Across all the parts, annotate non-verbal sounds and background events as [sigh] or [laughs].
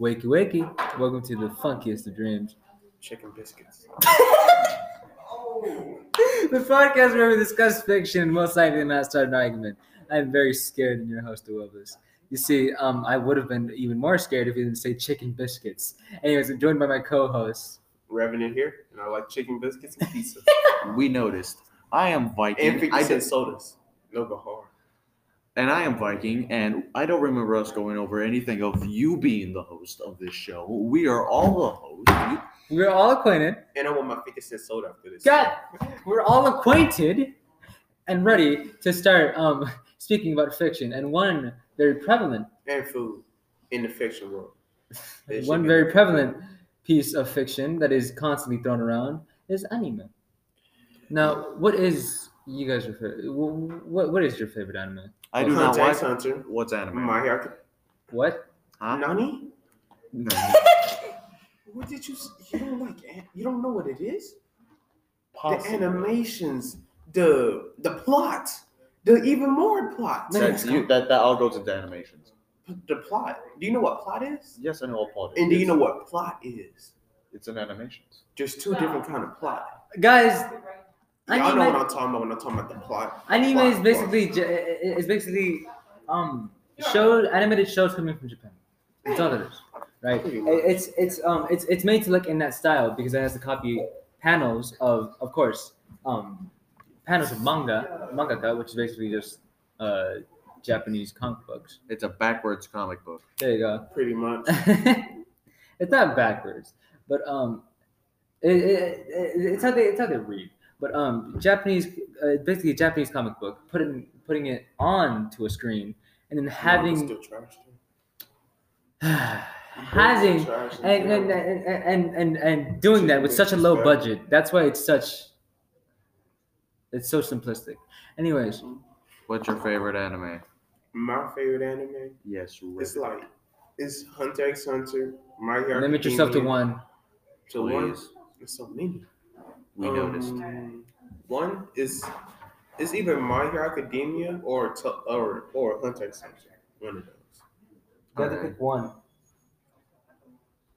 Wakey wakey. Welcome to the funkiest of [laughs] dreams. Chicken biscuits. the podcast where we discuss fiction and most likely not start an argument. I'm very scared and your host of this. You see, um, I would have been even more scared if you didn't say chicken biscuits. Anyways, I'm joined by my co-host. Revenant here, and I like chicken biscuits and [laughs] pizza. We noticed. I am And Viking. fifty I did cents. sodas. no Gahar. And I am Viking, and I don't remember us going over anything of you being the host of this show. We are all the host. You- We're all acquainted. And I want my 50 cent soda after this. God, we're all acquainted and ready to start um, speaking about fiction and one very prevalent, And food in the fiction world. They should one be- very prevalent piece of fiction that is constantly thrown around is anime. Now, what is you guys' favorite? What what is your favorite anime? I do not Contact watch. Hunter. What's anime? My hair. What? Huh? Nani? No. What did you? s- You don't like? an- You don't know what it is? The Possibly. animations, the the plot, the even more plot. That's you. That that all goes into animations. The plot. Do you know what plot is? Yes, I know what plot. it And do you is. know what plot is? It's in animations. There's two different kind of plot. Guys, Y'all know what anime, I'm talking about when I'm talking about the plot. anime plot, is plot. basically j- is basically um show animated shows coming from Japan. It's all that it is, right? Pretty It- much. It's it's um it's it's made to look in that style because it has the copy panels of of course um panels of manga mangaka, which is basically just uh Japanese comic books. It's a backwards comic book. There you go. Pretty much. [laughs] it's not backwards, but um, it, it, it, it's how they it's how they read. But um, Japanese, uh, basically a Japanese comic book, putting putting it on to a screen, and then having [sighs] Still trash, though. having Trash and and and, terrible. and and and and doing that with such a low budget. That's why it's such. It's so simplistic. Anyways, What's your favorite anime? my favorite anime. Yes, It's Rick, like it's Hunter x Hunter. My Hero limit yourself to Academia, one. To one. please. There's so many. We Um, noticed. One is it's either My Hero Academia or to, or or Hunter x Hunter. One of those. You have to Alright. pick one.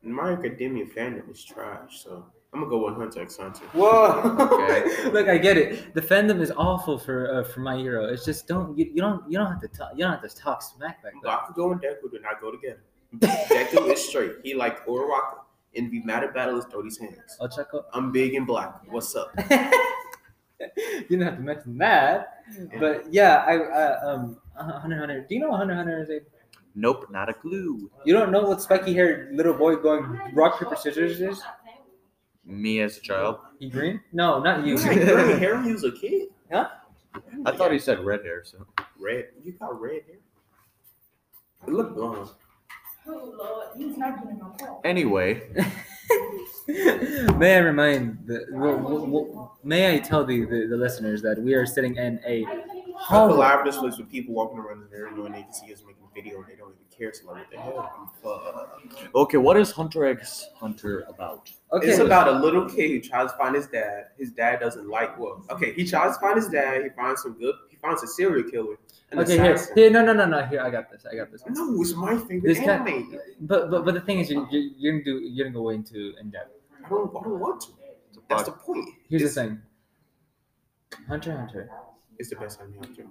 My Hero Academia fandom is trash, so I'm gonna go with Hunter x Hunter. Whoa! [laughs] Okay. [laughs] Look, I get it. The fandom is awful for uh, for my hero. It's just don't you, you don't you don't have to talk you don't have to talk smack like that. Bakugo and Deku do not go together. Deku is straight. He like Uraraka and be mad at battle is throw these hands. I'll check out. I'm big and black. What's up? [laughs] you didn't have to mention that, but yeah, I uh, um uh, Hunter x Hunter. Do you know what Hunter x Hunter is? Abe? Nope, not a clue. You don't know what spiky haired little boy going rock paper scissors is? Me as a child. He green? No, not you. [laughs] You had gray hair when you was a kid? Huh? oh, I thought he said red hair. So red. You got red hair. It looked blonde. Oh Lord, he's not getting my call. anyway, may I remind the well, well, well, may I tell the, the the listeners that we are sitting in a I hallway. collaborated this place with people walking around in their and they can see us making a video and they don't even care. So like, what the hell? Fuck. Okay, what is Hunter X Hunter about? Okay, It's about a little kid who tries to find his dad. His dad doesn't like well. Okay, he tries to find his dad. He finds some good. He finds a serial killer. An okay. Here, assassin. here, no, no, no, no. Here, I got this. I got this. No, it's my favorite This anime. kind- But but but the thing is, you you you're gonna do you're gonna go way into in depth. I don't. I don't want to. It's That's about the point. Here's it's, the thing. Hunter x Hunter It's the best anime out there.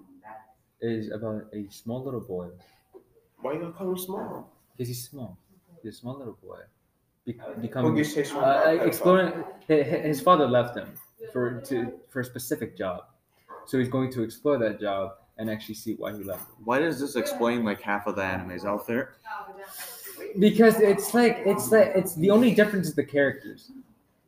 is about a small little boy Why you gonna call him small? because he's small. He's a small little boy, be- Go becoming get chased uh, from a uh, pedophile. exploring. hi- hi- His father left him for to for a specific job, so he's going to explore that job and actually see why he left. why does this explain like half of the animes out there? Because it's like it's like it's the only difference is the characters,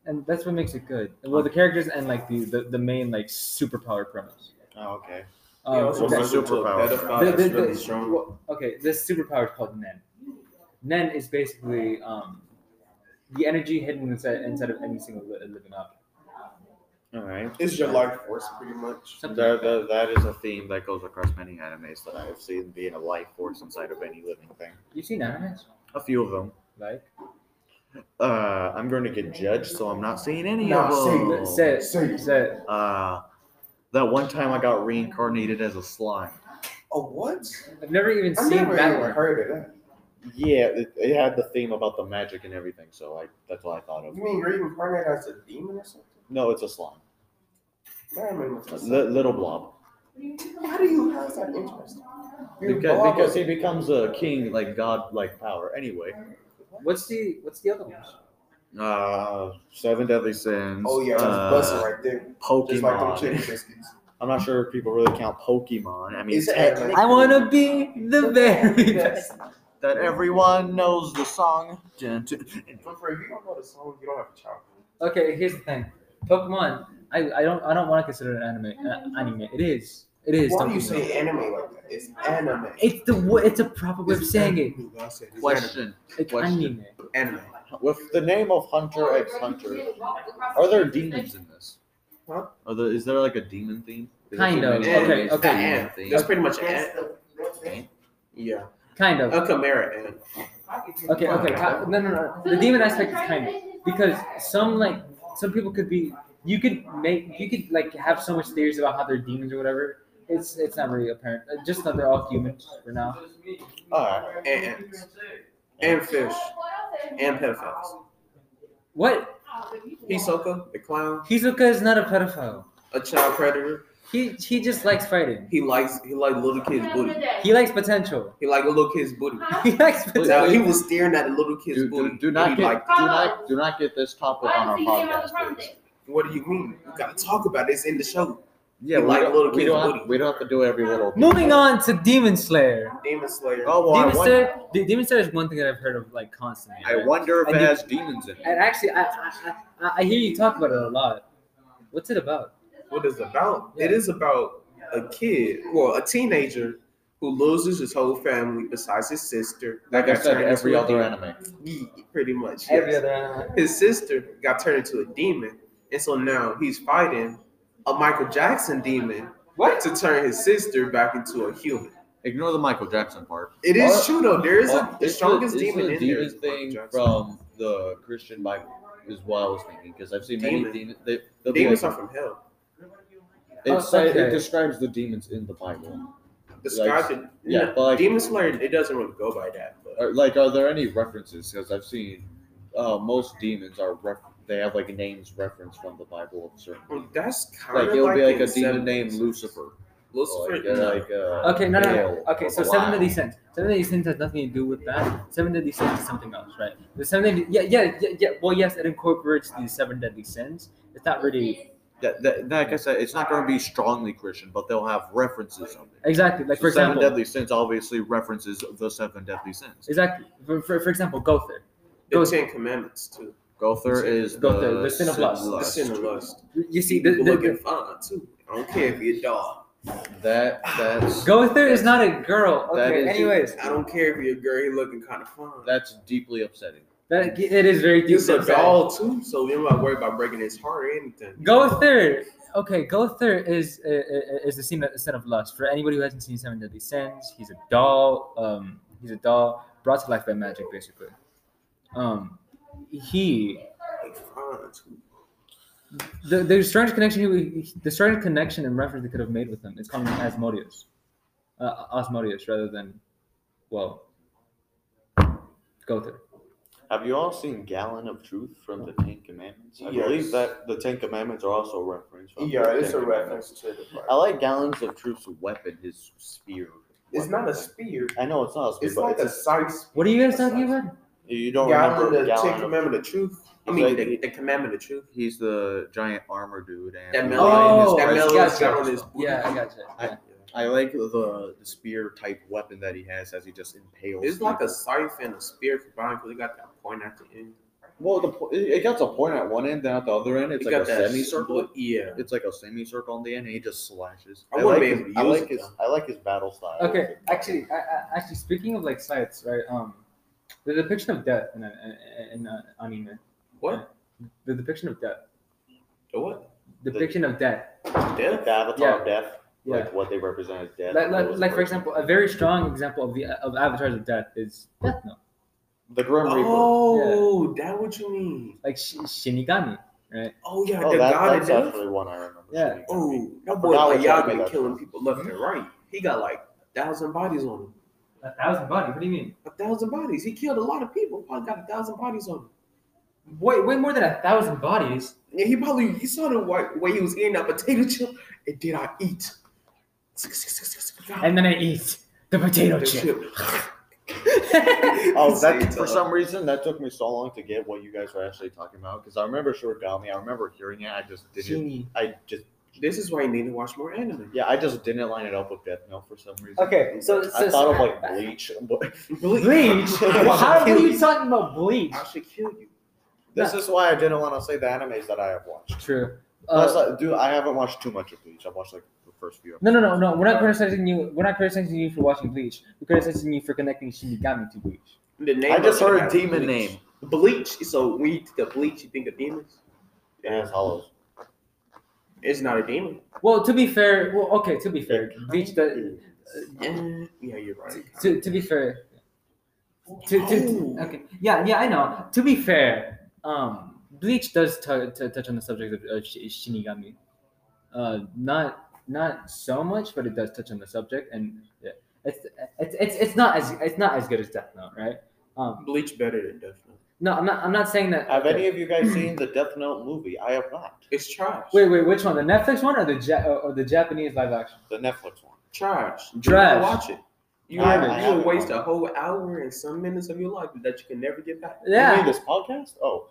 and that's what makes it good. Well, the characters and like the the, the main like superpower premise. Um, Oh, okay. uh, He also that's runs into a superpower. pedophile The- that's the- the- really strong. well, okay, this superpower is called Nen. Nen is basically um, the energy hidden inside, inside of any single li- living object. All right. It's your life force, pretty much. Something That, like that. that, that is a theme that goes across many animes that I've seen being a life force inside of any living thing. You've seen animes, A few of them. like Uh, I'm going to get judged, so I'm not seeing any Nah, of them. Oh. say it, Say it. say it. Uh, that one time I got reincarnated as a slime. Oh, what? I've never even I've seen never that even one. heard of that. Yeah, it, it had the theme about the magic and everything, so I that's what I thought of. You mean you're even playing that as a demon or something? No, it's a slime, That don't make much sense. Li- little blob. Why do you have that interest? You're Because, because he bothered. becomes a king, like god, like power. Anyway, What's the what's the other ones? uh, seven deadly sins. Oh yeah, that's uh, busting right there. Pokemon. Just like them chicken [laughs] biscuits. [laughs] I'm not sure if people really count Pokemon. I mean, It's tech- anime. I wanna be the very best. that everyone knows the song. But for if you don't know the song, you don't have a child. Okay, here's the thing. Pokemon, I, I don't I don't want to consider it anime. Uh, anime, it is. It is. Why don't do you get me wrong. say anime like that? It's anime. It's the wo- it's a proper way of saying it. Question. Question: It's Question. anime. Anime. With the name of Hunter X Hunter, are there demons in this? Huh? Are there, is there like a demon theme? Is Kind there of. so Okay, many animes okay. that have Ant. themes? That's pretty much ant. Ant? Yeah. Kind of. A chimera ant. Okay, okay. ca- No, no, no. The demon aspect is kind of because some like some people could be you could make you could like have so much theories about how they're demons or whatever. It's it's not really apparent. Uh, Just that they're all humans for now. Alright. And ants. And fish. And pedophiles. What? Hisoka, the clown, Hizuka is not a pedophile. a child predator. He he just likes fighting. He likes he likes little kids' booty. He likes potential. [laughs] He likes little kids' booty. He likes Wait, potential. Now he was staring at the little kids' Do, booty. do, do and not he get liked do not do not get this topic on our podcast. please. it. what do you mean? You gotta talk about this in the show. Yeah, You we, like don't, little we, kids' don't have, booty. we don't have to do every little. thing. Moving on to Demon Slayer. Demon Slayer. Oh, well, I Demon wonder, Slayer, De- Demon Slayer is one thing that I've heard of like constantly. I wonder if And it you- has demons in it. And actually, I, I, I, I hear you talk about it a lot. What's it about? what is it about? It is about a kid, well, a teenager who loses his whole family besides his sister. that Like I got said, turned into every a other anime. demon. Yeah, pretty much. Every yes. other anime. His sister got turned into a demon, and so now he's fighting a Michael Jackson demon What? to turn his sister back into a human. Ignore the Michael Jackson part. It is Or- true though. There is a, the it's strongest it's demon Oh, the in there. demon is Michael thing Jackson. from the Christian Bible is what I was thinking because I've seen Demon. many demons. They, they'll be Demons like- are from hell. it's, Oh, okay. It describes the demons in the Bible. Described it. Yeah, but like, Demon Slayer. It doesn't really go by that. But are, like, are there any references? Because I've seen uh, most demons are ref- they have like names referenced from the Bible of certain. well, that's kind Like of it'll like be like in a demon 70s. named Lucifer. Lucifer. Like, uh, no. like, uh, Okay, no, no, no. Baal Okay, or so Belial. Seven Deadly Sins. Seven Deadly Sins has nothing to do with that. Seven Deadly Sins is something else, right? The Seven Deadly, yeah, yeah, yeah, yeah. Well, yes, it incorporates the Seven Deadly Sins. It's not really That, that, like I said, it's not going to be strongly Christian, but they'll have references of it. exactly like So for seven example, deadly sins obviously references the seven deadly sins. exactly for, for, for example, Gother. The Goes- Ten Commandments too. Gother is Gother, the, the sin of lust. The The sin of lust. You see, the, People the, looking fine too. I don't care if you're a dog. That that's Gother is not a girl. That Okay, is- anyways, I don't care if you're a girl. You're looking kind of fine. that's deeply upsetting. that it is very deep. He's a inside. doll too, so you're not worried about breaking his heart or anything. Gother. Okay, Gother is uh, uh, is the sin of, sin of lust. For anybody who hasn't seen Seven Deadly Sins, he's a doll. Um, he's a doll brought to life by magic, basically. Um, he Like, fine, too. the the strange connection he, the strange connection and reference they could have made with him is calling him Asmodeus, uh, Osmodeus rather than well, Gother. Have you all seen Gallon of Truth from the Ten Commandments? I Yes. believe that the Ten Commandments are also referenced. from Yeah, the it's Ten a Commandments. reference to the I like Gallons of Truth's weapon, his spear. It's weapon not a thing. spear. I know it's not a spear, It's but like a it's size. What are you guys talking about? a, you don't Gallon remember the Ten Gallon of Commandment of Truth. I He's mean, like- the, the Commandment of Truth. He's the giant armor dude. And That Melian- His Oh, that crest- Melian- Melian's gotcha. got on his booty. Yeah, I gotcha. Yeah. I like the, the spear type weapon that he has as he just impales. It's like a people. scythe and a spear combined because it got that point at the end. well, the po- it it got to a point at one end, then at the other end, it's it like got a that semicircle. split- Yeah. It's like a semicircle on the end, and he just slashes. I wouldn't like be his, able to I use like it, his though. I like his battle style. Okay, actually, I, I, actually, speaking of like sites, right? Um, the depiction of death in, a, in a anime, What? Oh, the depiction of death, The what? depiction of death. Death? the Avatar of Death, Yeah, like what they represent as death. like, like, was like for first. example, a very strong example of the of avatars of death is Death Note, the Grim Reaper. Oh, that what you mean? like Sh- Shinigami, right? Oh yeah, Oh, the that, god of that's death. actually one I remember. Yeah. seeing. Oh, that I boy forgot like what y'all anime been that's killing from. people left and right. He got like thousand bodies on him. A thousand bodies. What do you mean? A thousand bodies. He killed a lot of people. Probably got a thousand bodies on him. Way way more than a thousand bodies. Yeah, he probably he saw the way, way he was eating that potato chip, and did I eat? And then I eat the potato The [laughs] chip. Oh, Say that for it. some reason that took me so long to get what you guys were actually talking about because I remember Shorigami. I remember hearing it. I just didn't. Genie. I just This is why you need to watch more anime. [laughs] yeah. I just didn't line it up with Death Note for some reason. Okay, so, so I thought [laughs] of like Bleach, but bleach. Well, How Kill are [laughs] you talking about bleach? I should kill you. this is why I didn't want to say the animes that I have watched. True. Plus, Uh, uh, dude, I haven't watched too much of Bleach. I watched like the first few. no, no, no, no. We're not criticizing you. We're not criticizing you for watching Bleach. We're criticizing you for connecting Shinigami to Bleach. The name I just of it heard has demon bleach. name. Bleach. So when you think of bleach, you think of demons. Yeah, it's hollows. It's not a demon. Well, to be fair, well, okay, to be fair, Bleach. The, Eh, yeah, you're right. to, to be fair, to, to, Oh. okay, yeah, yeah, I know. To be fair, um, Bleach does tou- tou- touch on the subject of, of Shi- Shinigami. Uh, not not so much, but it does touch on the subject, and yeah, it's it's it's, it's not as it's not as good as Death Note, right? Um, Bleach better than Death Note. no, I'm not. I'm not saying that. Have any of you guys seen the Death Note movie? I have not. It's trash. Wait, wait, which one? The Netflix one or the ja- or or the Japanese live [laughs] action? The Netflix one. trash. You Trash. gotta Watch it. You I will- haven't- I you will haven't waste watched a whole hour and some minutes of your life that you can never get back. [laughs] You Yeah. [laughs] mean this podcast? Oh.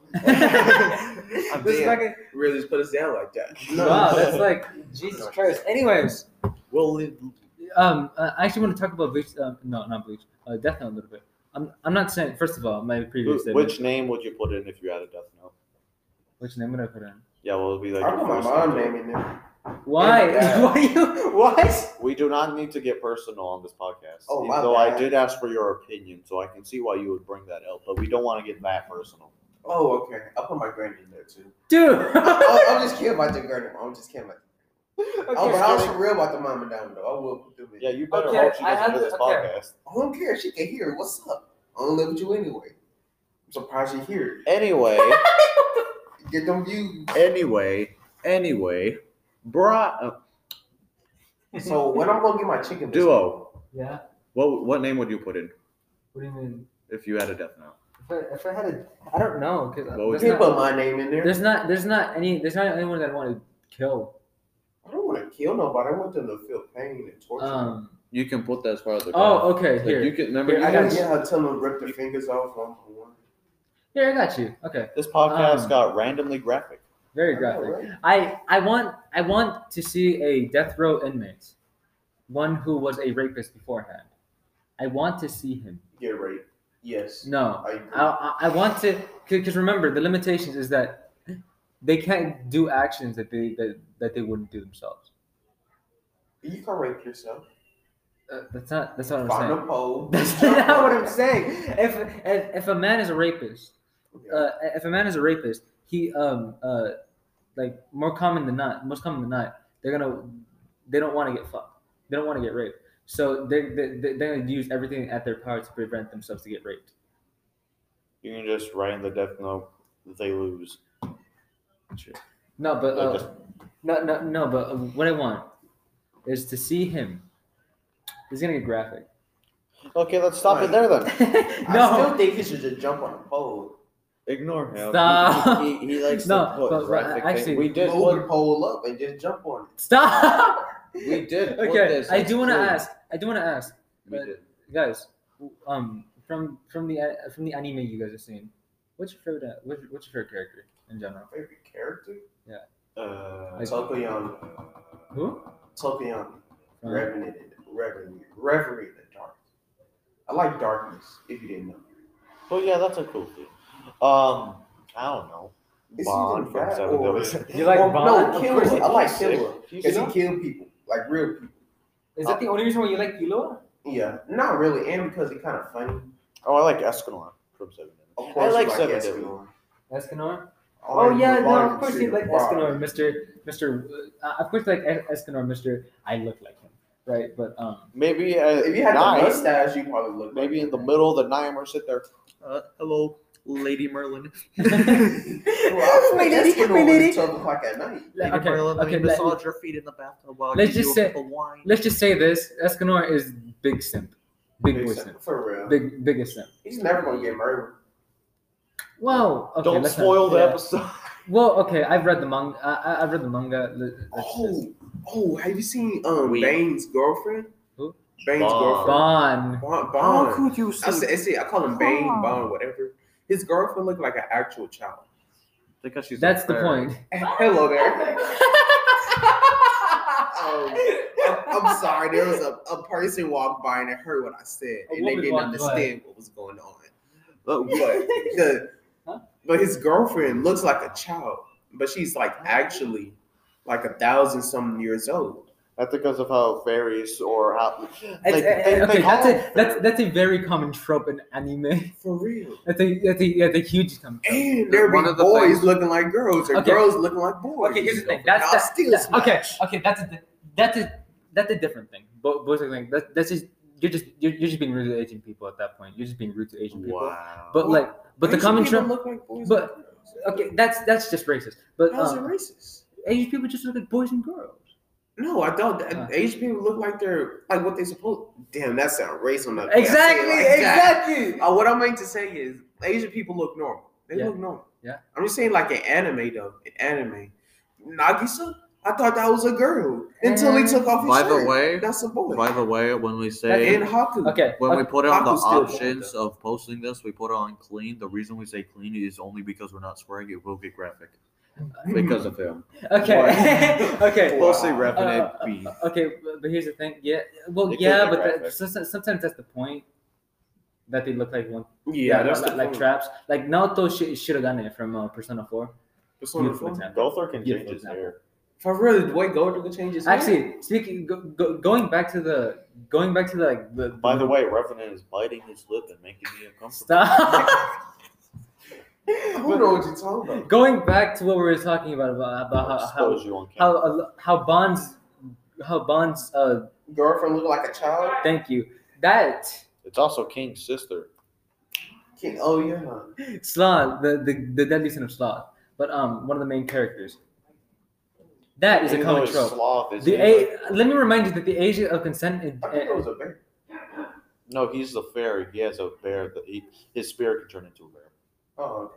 I'm This is dead. like a- Really just put us down [laughs] like that. wow, that's like Jesus Christ. Anyways, We'll leave. um, uh, I actually want to talk about Bleach. Um, no, not Bleach. Uh, Death Note a little bit. I'm, I'm not saying. First of all, my previous statement. Which name would you put in if you had a Death Note? which name would I put in? Yeah, well, it'd [laughs] be like I your put my first mom name. name in there. Why? [laughs] God. Why you? [laughs] What? We do not need to get personal on this podcast. Oh, my Though I bad. did ask for your opinion, so I can see why you would bring that up, but we don't want to get that personal. Oh, okay. I put my granny in there too. Dude. I, I'm just kidding about the granny. I'm just kidding about. Oh, but okay. I was real about the mama down though. I will do it. Yeah, you better Okay, hope she I have doesn't hear the- this okay. podcast. I don't care. She can hear. it. What's up? I don't live with you anyway. I'm surprised you hear. it. Anyway, [laughs] Get them views. anyway, anyway, bra uh, So when I'm gonna get my chicken? duo. [laughs] Yeah. What what name would you put in What do you mean? if you had a Death Note? If I, if I had a, I don't know. Cause What would there's, biscuit? You not, can put my name in there. there's not. There's not any. There's not anyone that I want to kill. I don't want to kill nobody. I want them to feel pain and torture. Um. You can put that as part of the Oh, okay. graph. Here. Like you can remember Here, you I guys- gotta get her tell them rip their fingers off one by one. Here, I got you. Okay. this podcast Um, got randomly graphic. Very I know, graphic. right? I I want I want to see a death row inmate, one who was a rapist beforehand. I want to see him. Get raped. Yes. No, I agree. I I, I want to because remember the limitations is that they can't do actions that they that, that they wouldn't do themselves. you can rape yourself. Uh, that's not that's not what I'm Find a saying. [laughs] pole. That's not what I'm saying. If if, if a man is a rapist, uh, if a man is a rapist, he um uh like more common than not, most common than not, they're gonna they don't want to get fucked. They don't want to get raped. So they, they they- they're gonna use everything at their power to prevent themselves to get raped. You can just write in the Death Note, they lose. Shit. No, but Like uh, no no no. But uh, what I want is to see him. He's gonna get graphic. Okay, let's stop Right. it there then. I no. still think he should just jump on a pole. Ignore him. Stop. He, he, he likes No, to put but- but graphic I- I thing- see. We did Move the put, pole up and just jump on it. Stop. we did put Okay, this I as do want to true. ask. I do want to ask, We but- did. guys. Um, from from the uh, from the anime you guys have seen, what's your favorite uh, what's, what's your favorite character in general? Favorite character? Uh, Like- Tokoyami. Who? Tokoyami. Uh, Revenant in the Revenant. Reverie in the dark. I like darkness, if you didn't know. oh yeah, that's a cool thing. Um, I don't know. Is he Bond the from bad Seven or- Deadly Sins. You like Well, Bond? No, Of Killua. course I like Sick. Killua. He's Because he not- killed people. Like real people. Is that the only reason why you like Yulua? Yeah. Not really. And because he kind of funny. Oh, I like Escalon from Seven Deadly. Of course, like you Seven Escanor. Deadly. Escanor? I Oh, like yeah, no, Barney of course too, you like Barney. Escanor, Mister Mister. Uh, of course, you like Es- Escanor, Mister. I look like him, right? But [laughs] um, Maybe uh, If you had nine, the mustache, you probably look. maybe in the middle of the night, we're sitting there. Uh, hello, Lady Merlin. Well, My lady, Escanor my lady. is Twelve o'clock at night. Like, okay, okay. Let, massage your feet in the bathtub while let's you just do a say- cup of wine. let's just say this: Escanor is big simp. Big boy simp. For real. Big biggest simp. He's never gonna get murdered. Well, okay, Don't let's not- spoil the yeah. episode. [laughs] Well, okay, I've read the manga. I, I- I've read the manga. Let- let's just- Oh, oh, have you seen um We- Bane's girlfriend? Who? Bane's Bond. Bond. girlfriend. Bond. How Bond. could you I say? say, I, say, I call him Bane, Bond. Bond, whatever. His girlfriend looked like an actual child. [laughs] Because she's That's the unfair. point. Hello there. Um, I'm, I'm sorry. There was a, a person walked by and they heard what I said, A and they woman didn't walked by. understand what was going on. [laughs] But we- But the, Huh? but his girlfriend looks like a child, but she's like actually like a thousand some years old. That's because of how fairies or how. It's- uh, eh, they- they okay, call that's a it that's that's a very common trope in anime. For real. [laughs] That's a that's a, that's a huge common trope. And there One be of the boys things- looking like girls, or Okay. girls looking like boys. Okay, here's the thing. And That's I'll the- steal that- smash. okay. Okay, that's a, that's a that's a different thing. Bo- both are like that, that's just you're just you're, you're just being rude to Asian people at that point. You're just being rude to Asian people. Wow. But like, but the Asian common people trope. look like boys but- and girls. Okay, that's that's just racist. But how's it um, racist? Asian people just look like boys and girls. No, I don't. Uh, Huh. Asian people look like they're like what they supposed. Damn, that sounds racist. Now that I say it Exactly, like that. exactly. Uh, what I meant to say is Asian people look normal. They Yeah. look normal. Yeah. I'm just saying like an anime though. An anime. Nagisa, I thought that was a girl until he took off his By shirt. the way, that's a boy. by the way, when we say and Haku. Okay. when we put out the Haku's still options of posting this, we put on clean. The reason we say clean is only because we're not swearing. It will get graphic because of him. Okay. [laughs] okay. Wow. Mostly revenue Uh, [laughs] beef. Okay, but- but here's the thing. Yeah. Well, They could yeah, be but that, graphic. sometimes, sometimes that's the point that they look like one. Yeah, that's like, the like point. traps. Like Naoto Shi- Shirogane from uh, Persona Four. Persona Beautiful 4. example. Gothar can Yeah, change for his example. hair. For real, the way Golden could change his hair? Actually, speaking, go, go, going back to the, going back to the, like the. By [laughs] the way, Revenant is biting his lip and making me uncomfortable. stop. who knows what you're talking about? going back to what we were talking about about, about Uh, how, how Expose you on how camera. uh, how bonds how bonds uh Girlfriend look like a child? thank you that It's also King's sister. King, oh yeah. sloth the, the the deadly sin of sloth but um one of the main characters that is a Even though common it's trope Sloth is the English. a let me remind you that the age of consent eh, is, I think it was a bear. No, he's the fairy. He has a bear that he, his spirit can turn into a bear. Oh,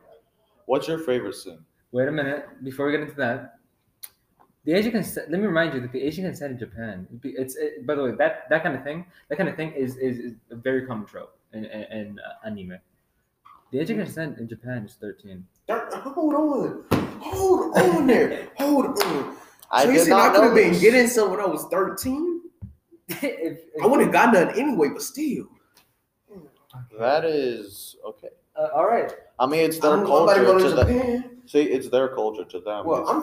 What's your favorite sin? wait a minute before we get into that the age of consent let me remind you that the age of consent in japan it's it, by the way that that kind of thing that kind of thing is is, is a very common trope in, in, in uh, anime the age of consent in japan is 13 That- hold on. Hold on there. Hold on. I so you did said I not could know have been this. getting some when I was 13? [laughs] If- if- I wouldn't have got none anyway, but still. That is okay. Uh, all right. I mean, it's their I'm, I'm about to culture go to to them. Japan. See, it's their culture to them. Well, it's I'm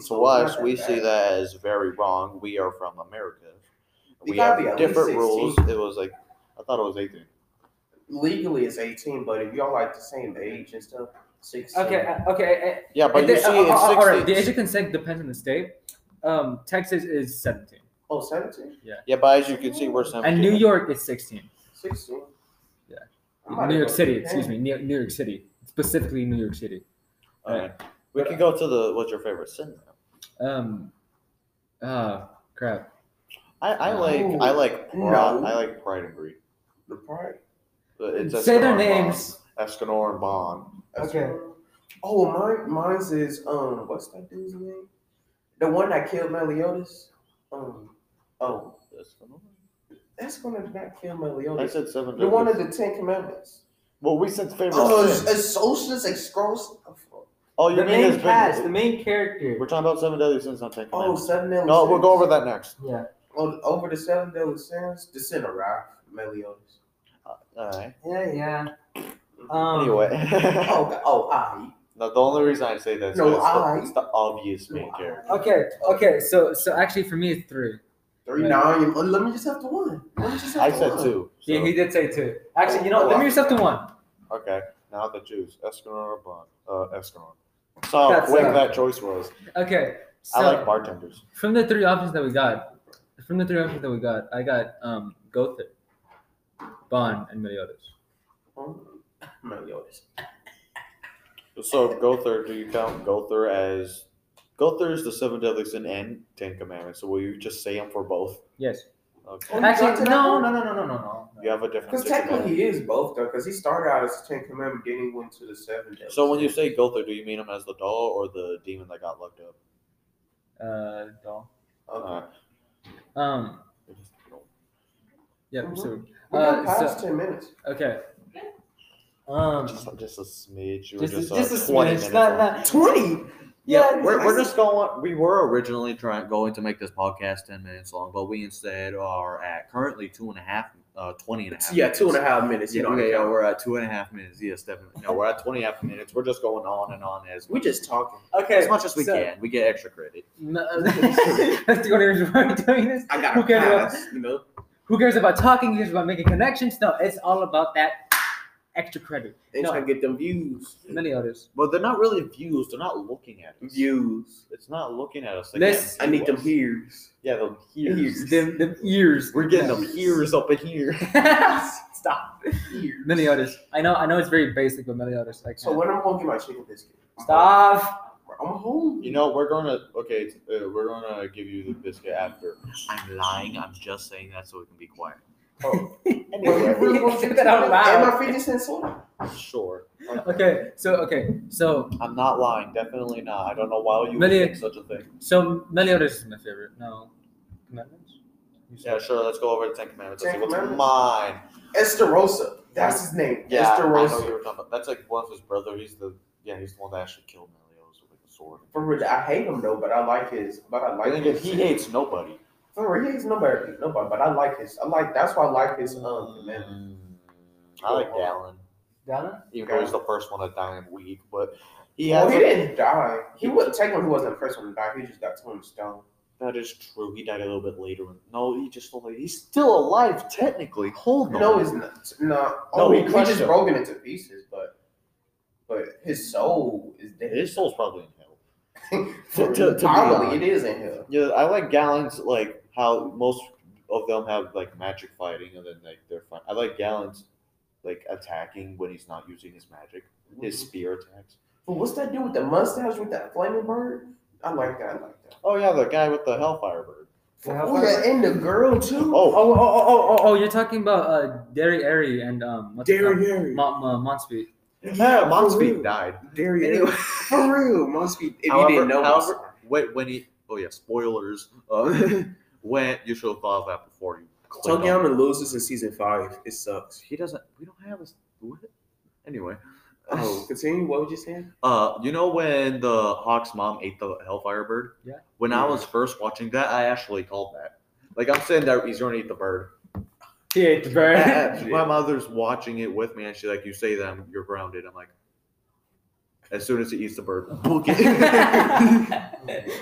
14, so to it's us, not we that see bad. that as very wrong. We are from America. You We gotta have be at least different 16. rules. It was like I thought it was eighteen. Legally, it's 18, but if y'all like the same age and stuff, 16. Okay. uh, Okay. uh, Yeah, but uh, you the- see, uh, uh, it's uh, all right. sixteen. The age of consent depends on the state. Um, Texas is 17, Oh, 17? Yeah, but as you can see, we're and New York is 16. 16? Yeah. I'm about to New York go to City, Japan. excuse me. New, New York City, specifically New York City. All right. We can go to the what's your favorite sin now. Um. Uh, crap. I, I like I like Pri- No. I like Pride and Greed. The pride. But It's Say their Escanor and names. Bond. Escanor and Bond. That's Okay. right. Oh, mine, mine's is, um, what's that dude's name? The one that killed Meliodas? Um, oh, Escanor? that's gonna not kill I Meliodas. said seven. The one of deadly- the Ten Commandments. well, we said favorite. Oh, sin. a socialist excroach. oh, you mean it's been- main character. We're talking about seven deadly sins, not ten. Oh, commandments. seven deadly no, sins. we'll go over that next. Yeah. Oh, over the seven deadly sins. The sin of wrath, Meliodas. Uh, All right. Yeah. Yeah. Um, anyway, [laughs] Oh, God. oh, I. no, the only reason I say this No, is I- the, it's the obvious main No, I- character. Okay. Okay. So, so actually, for me, it's three. Three nine. oh, Let me just have the one. Let me just have I the said one. two. Yeah, so- he did say two. Actually, you know, let me yourself to one. Okay, now the Jews, Escanor or Bond? Uh, Escanor. So That's, quick uh, that choice was. Okay. So, I like bartenders. From the three options that we got, from the three options that we got, I got um Gother, Bond, and Meliodas. Um, Meliodas. So Gother, do you count Gother as? Gother is the seven deadly sin and Ten Commandments. So will you just say them for both? Yes. Okay. Oh, you got Actually, to that no, one? no, no, no, no, no, no. You have a different. Because six and technically nine. he is both though, because he started out as the Ten Commandment, then he went to the Seven Deadly So when you Sins. say Gother, do you mean him as the doll or the demon that got locked up? Uh, doll. okay, Um. Uh, Yep. Mhm. So we got Uh, past so- ten minutes. okay. Um. Just, just a smidge. You were Just, just, just, uh, just a 20 smidge. minutes Not, off. not, Twenty. yeah. We're, we're just going. We were originally trying going to make this podcast ten minutes long, but we instead are at currently two and a half, uh, 20 and a half. Yeah, two and a half minutes. You Yeah, know, okay, yeah, we're at two and a half minutes. Yes, definitely. No, we're at twenty half minutes. We're just going on and on as we're just talking. Okay. as much as we so- can. We get extra credit. No, [laughs] that's the only reason why we're doing this. [laughs] I got Who a cares about- pass, you know. Who cares about talking? Who cares about making connections? No, it's all about that extra credit. They No. trying to get them views. Many others. But they're not really views. They're not looking at us. Views. It's not looking at us. They can't Let's- see I need them us. hears. Yeah, the hears. Ears. Them, them ears. We're getting them hears up in here. [laughs] Stop. Ears. Many others. I know. I know it's very basic, but many others. I So can't. when I'm home, get my chicken biscuit. I'm Stop. hungry. I'm home. [laughs] You know, we're gonna okay. it's- Uh, we're gonna give you the biscuit after. I'm lying. I'm just saying that so we can be quiet. Oh, But [laughs] we really want Say [laughs] chicken that out biscuit loud. And my fifty cent soda. sure. Okay. So okay. So I'm not lying. Definitely not. I don't know why you would Many- think such a thing. so Meliodas is my favorite. No. Commandments. You Yeah, said- sure. Let's go over the Ten Commandments. Let's see Ten what's Commandments? mine. Esterosa. That's his name. Yeah, I know Esterosa. you were talking about. That's like one of his brother. He's the yeah. He's the one that actually killed Meliodas with like a sword. For real, I hate him though, but I like his. But I I like think his. if he hates nobody. For real, he's nobody, nobody. But I like his. I like. That's why I like his. Um, commandment. I like Dallin. Donna. Even though he's the first one to die in week, but he Well, has. Oh, he a- didn't die. He was technically he wasn't the first one to die. He just got torn to stone. that is true. He died a little bit later. No, he just only. He's still alive technically. Hold on. No, it's not. No. No, Oh, he he, he crushed just him. broken into pieces, but but his soul is dead. his soul's probably in hell. For [laughs] to- real. to be Probably honest. it is in hell. Yeah, I like Gallon's like how most of them have like magic fighting and then like they're fine. I like Gallon's like attacking when he's not using his magic, his spear attacks. But what's that dude with the mustache with that flaming bird? I like that. I like that. Oh yeah, the guy with the Hellfire Bird. The Oh, Hellfire yeah, and the girl too. Oh, Oh, oh, oh, oh, oh, oh, you're talking about uh, Derry Airy and um, what's Derry Harry. Ma- Ma- Monspeed. yeah, for real. Monspeed died. Derry Anyway. Harry. For real, Monspeed. If However- you didn't know, I'm however- sorry. Wait, when he? Oh yeah, spoilers. [laughs] Uh, when you should have thought of that before you. clicked on it. Tokyo loses in season five. It sucks. He doesn't. We don't have his. What? Anyway. Oh, [sighs] continue. What was you saying? Uh, you know when the Hawk's mom ate the Hellfire bird? Yeah. When I Yeah. was first watching that, I actually called that. Like I'm saying that he's gonna eat the bird. He ate the bird. My mother's watching it with me, and she's like, "You say that I'm- you're grounded." I'm like, as soon as he eats the bird, book it. [laughs]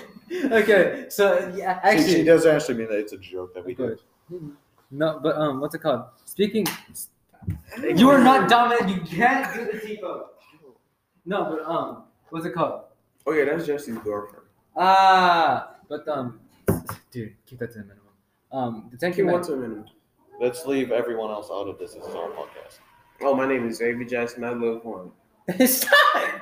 okay, so yeah, She, she actually, does actually mean that it's a joke that we did. Good. no, but um, what's it called? Speaking, you are not dominant. You can't do the T-pose. No, but um, what's it called? Oh yeah, that's Jesse's girlfriend. Ah, but um, dude, keep that to the minimum. Um, the Ten Thank you. [laughs] One Commandments. to a minute. Let's leave everyone else out of this. This is our podcast. Oh, my name is Xavier Jackson. I love one. Stop.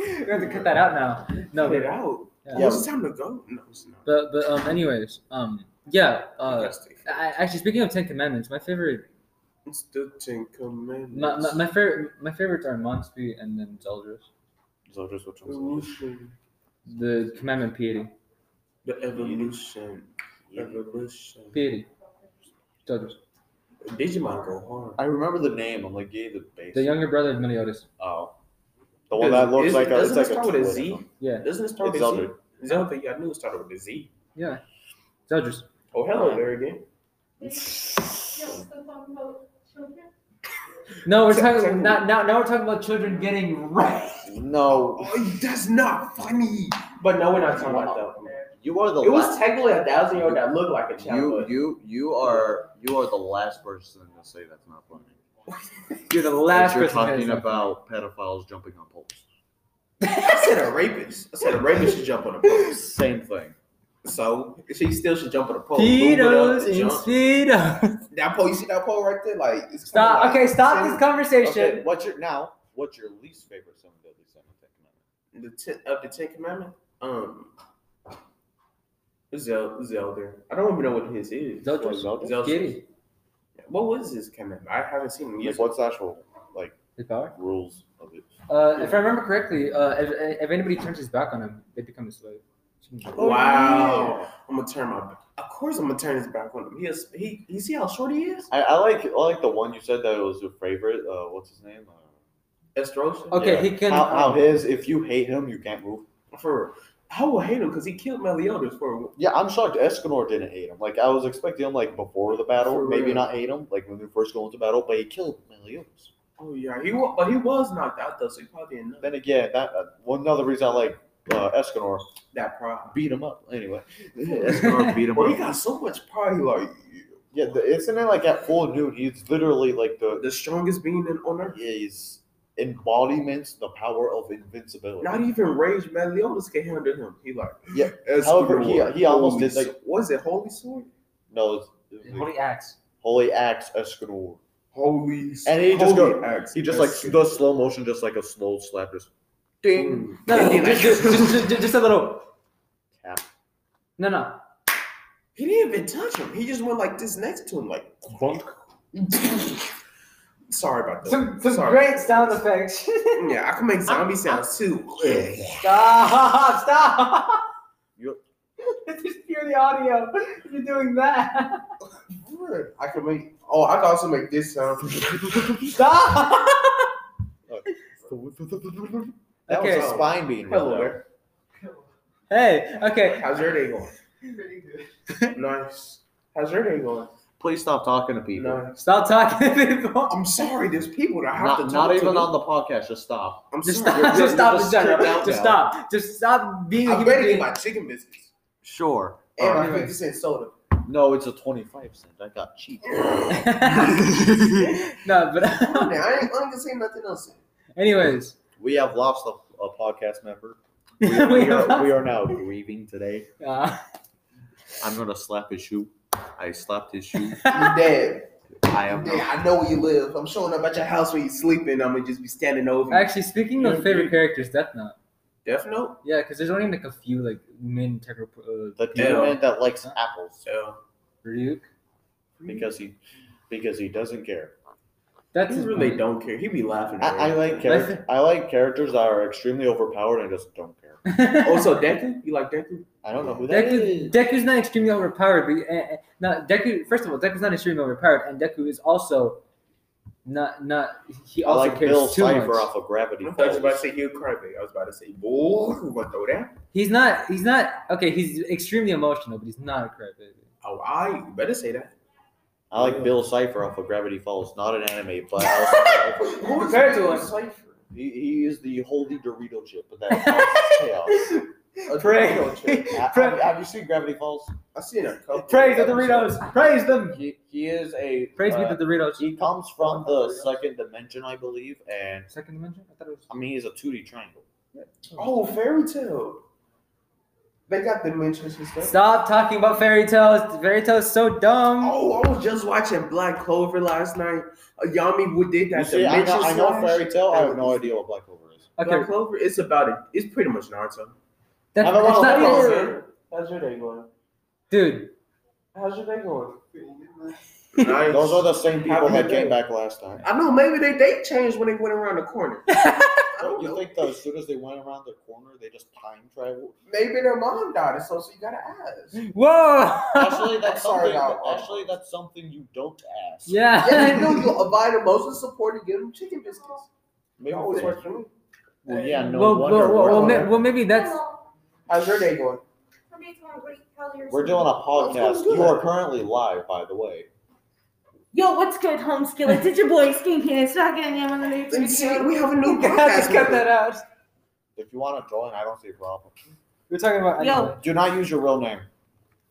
We have to cut that out now. No, Cut it but out. Yeah. Yeah. It's time to go. No, it's not. but, but um, anyways, um, yeah, uh. Fantastic. I, actually, speaking of Ten Commandments, my favorite, It's the Ten Commandments. my, my, my favorite, my favorites are Monspeed and then Zeldris. So just which one's Evolution. The Commandment Piety, The evolution. Evolution. Piety, Zeldris, Digimon go hard. I remember the name. I'm like, yeah, the base. the younger brother of Meliodas. Oh, the one that looks Is- like a, it's doesn't like it a start with a twin. Z? Yeah, Doesn't it start It's with Z? Zelda, yeah, I knew it started with a Z. yeah, Zeldris. Oh, hello there again. still talking about children? No, we're Ten- talking Ten- now, now. Now we're talking about children getting raped. No, Oh, that's not funny. But no, we're not talking about that. you are the It was last. technically a thousand year old that looked like a you child. you you are you are the last person to say that's not [laughs] funny. You're the last That you're person that is talking not- about pedophiles jumping on poles. [laughs] I said a rapist. I said a rapist should jump on a pole. Same thing. So she still should jump on a pole. Move it up, Pedos and jump. speedos. That pole, you see that pole right there? Like, it's Stop. kinda Okay, like- stop this Okay, conversation. what's your now? What's your least favorite Seven Deadly Sins? I think, man? The ten, of the Ten Commandment, um, Zel, Zelda. I don't even know what his is. Zelda's. Zelda? Zelda. Kitty. Yeah, What was this coming? I haven't seen him Like, use what's the actual like The car. rules of it? Uh, If I remember correctly, uh, if, if anybody turns his back on him, they become a slave. Oh, Wow. I'm gonna turn my. Of course, I'm gonna turn his back on him. He is. He. You see how short he is? I, I like I like the one you said that was your favorite. Uh, what's his name? Uh, Estrosha. Okay, yeah. he can. how, um, how his if you hate him you can't move. For real. I will hate him because he killed Meliodas for. Yeah, I'm shocked Escanor didn't hate him. Like I was expecting him like before the battle, For maybe real. not hate him like when we first go into battle, but he killed Meliodas. Oh yeah, he was, but he was knocked out though, so he probably didn't know Then again, that uh, one another reason I like uh, Escanor that pride. beat him up [laughs] anyway. Escanor beat him Well, he up. got so much pride. He like Yeah, the, isn't it like at full nude? He's literally like the the strongest being in, on earth. is embodiment the power of invincibility. Not even Rage Meliodas can handle him. He like Yeah, Escanor, however, he- he almost holy did, like- s- what is it? Holy sword. no, it's, Holy axe. holy axe Escanor. Holy. And he just holy go- axe, He just like Escanor. the slow motion, just like a slow slap, [laughs] just ding. Mm. No, no, just, just, just, just, just a little. Tap. No, no. He didn't even touch him. He just went like this next to him, like. [laughs] Sorry about that. Some, some Sorry. great sound effects. [laughs] [laughs] Yeah, I can make [laughs] zombie sounds too. stop! Stop! You're- [laughs] It's just purely audio. You're doing that. [laughs] I can make. Oh, I can also make this sound. Stop! [laughs] That Okay. was a spine being Hello held out. there. Hey. Okay. How's your day going? Pretty good. [laughs] Nice. How's your day going? Please stop talking to people. Nice. Stop talking to people. I'm sorry. There's people that have to talk Not, not to even me. on the podcast. Just stop. I'm Just sorry. stop. You're- Just stop in just general. stripped out Just now. stop. Just stop being a I'm human better get being. my chicken biscuits Sure. [laughs] and All my right. fifty [laughs] cent soda. No, it's a twenty-five cent. I got cheap. [laughs] no, Come on but [laughs] now, I ain't, I ain't gonna say nothing else. anyways, We have lost a, a podcast [laughs] member. we, We, we, are, have- we are now grieving today. [laughs] Uh, I'm gonna slap his shoe. I slapped his shoe. You're dead. I You're am. dead. I know where you live. I'm showing up at your house where you sleeping. I'm gonna just be standing over. you. actually, speaking of favorite characters, Death Note. Death Note. Yeah, because there's only like a few like main integral. Uh, The people. demon that likes apples Yeah. Ryuk. because he because he doesn't care. That's He his really point. don't care. He be laughing. at I, I like everything. char- I like characters that are extremely overpowered and just don't care. [laughs] Also, Deku. Oh, You like Deku? I don't know who that Deku, is. Deku's not extremely overpowered, but uh, now Deku. First of all, Deku's not extremely overpowered, and Deku is also not not. He I also like cares Bill too much. Cipher off of Gravity I was about to Falls. say you crybaby. I was about to say, boy, who gonna throw that? He's not. He's not. Okay, he's extremely emotional, but he's not a crybaby. Oh, I you better say that. I like Bill Cipher off of Gravity Falls. Not an anime, but I also [laughs] Who is Compared to Bill him. Cipher? He, he is the holy Dorito chip, but [laughs] that causes chaos. Pray. [laughs] Dorito chip. Ha- Pray. Have, have you seen Gravity Falls? I seen a couple. Praise the Doritos. Praise them. He, he is a Praise uh, me the Doritos. He comes from the second dimension, I believe, and Second dimension. I thought it was. I mean he's a two D triangle. Oh, fairy tale. They got dimensions and stuff. Stop talking about fairy tales. Fairy tales is so dumb. Oh, I was just watching Black Clover last night. Uh, Yami would did You that. see, I know, dimension I know slash. fairy tale. I have no idea what Black Clover is. Okay, Black Clover, it's about it. It's pretty much Naruto. that, I don't that's wanna not look even- at How's your day going? dude. How's your day going? Those are the same people Happy that New Year. came back last time. I know maybe they date changed when they went around [laughs] the corner. I don't You know. think that as soon as they went around the corner, they just time [laughs] traveled? Maybe their mom died or so, so you [laughs] gotta ask. Whoa. Actually, that's Sorry something. about that. Actually, that's something you don't ask. yeah. Yeah, you know you abide emotional support and give them chicken biscuits. Maybe Always they- works for me. well, yeah. No well, wonder. well, well, well, we're, ma- well, maybe that's. [laughs] [laughs] Hello. How's your day going? For me, it's going great. How's yours? we're doing a podcast. good. You are currently live, by the way. Yo, what's good, home [laughs] skillets? It's your boy Skin Peanut. It's not getting in on the new Let me see. We have a You new guys podcast. cut that member. out. If you want to join, I don't see a problem. We're talking about. Yo. anime. Do not use your real name.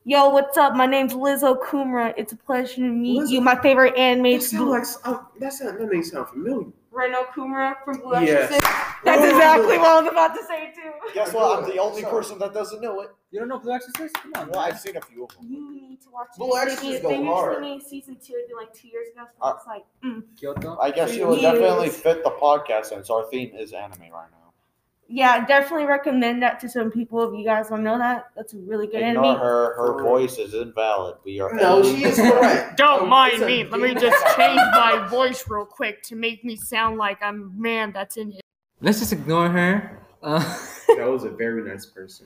Yo, what's up? My name's Liz Okumra. It's a pleasure to meet Liz- you. My favorite anime That is sound like uh, that sound. That name sound familiar. Reno Kumra from Blue Yes. Exorcist. That's exactly what I was about to say too. Guess what? I'm the only person that doesn't know it. You don't know Blue Exorcist? Come on. Well, I've seen a few of them. You need to watch. Blue it. They Exorcist made- go they made hard. anime season two. It'd be like two years ago. So Uh, it's like, mm. Kyoto. I guess you would Yes. definitely fit the podcast since our theme is anime right now. yeah, I definitely recommend that to some people if you guys don't know that. That's a really good Ignore anime. her. Her voice is invalid. We [laughs] are. No, she is correct. Don't Oh, it's mind a me. Let me big- just change my voice real quick to make me sound like I'm a man that's in his. Let's just ignore her. Uh, [laughs] [laughs] That was a very nice person.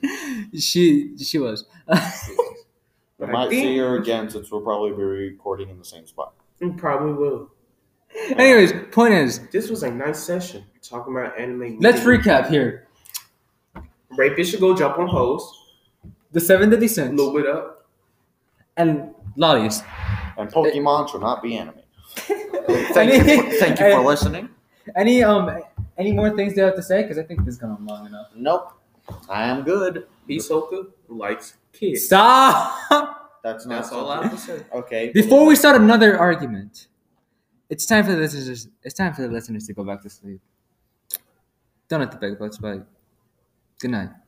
she she was. [laughs] We I might see think- her again since we'll probably be recording in the same spot. You probably will. Anyways, point is, This was a nice session talking about anime. let's movies. recap here. Rapist should go jump on hoes, The seven deadly sins lube it up. and lollies. And Pokemon should not be anime. Thank you for, thank [laughs] you for Any- listening. Any um any more things they have to say? Because I think this has gone on long enough. Nope. I am good. Hisoka likes kids. Stop! [laughs] That's not That's all I something- have to say. Okay. Before we start another argument, it's time for the listeners. It's time for the listeners to go back to sleep. Don't have to beg about Spike. Good night.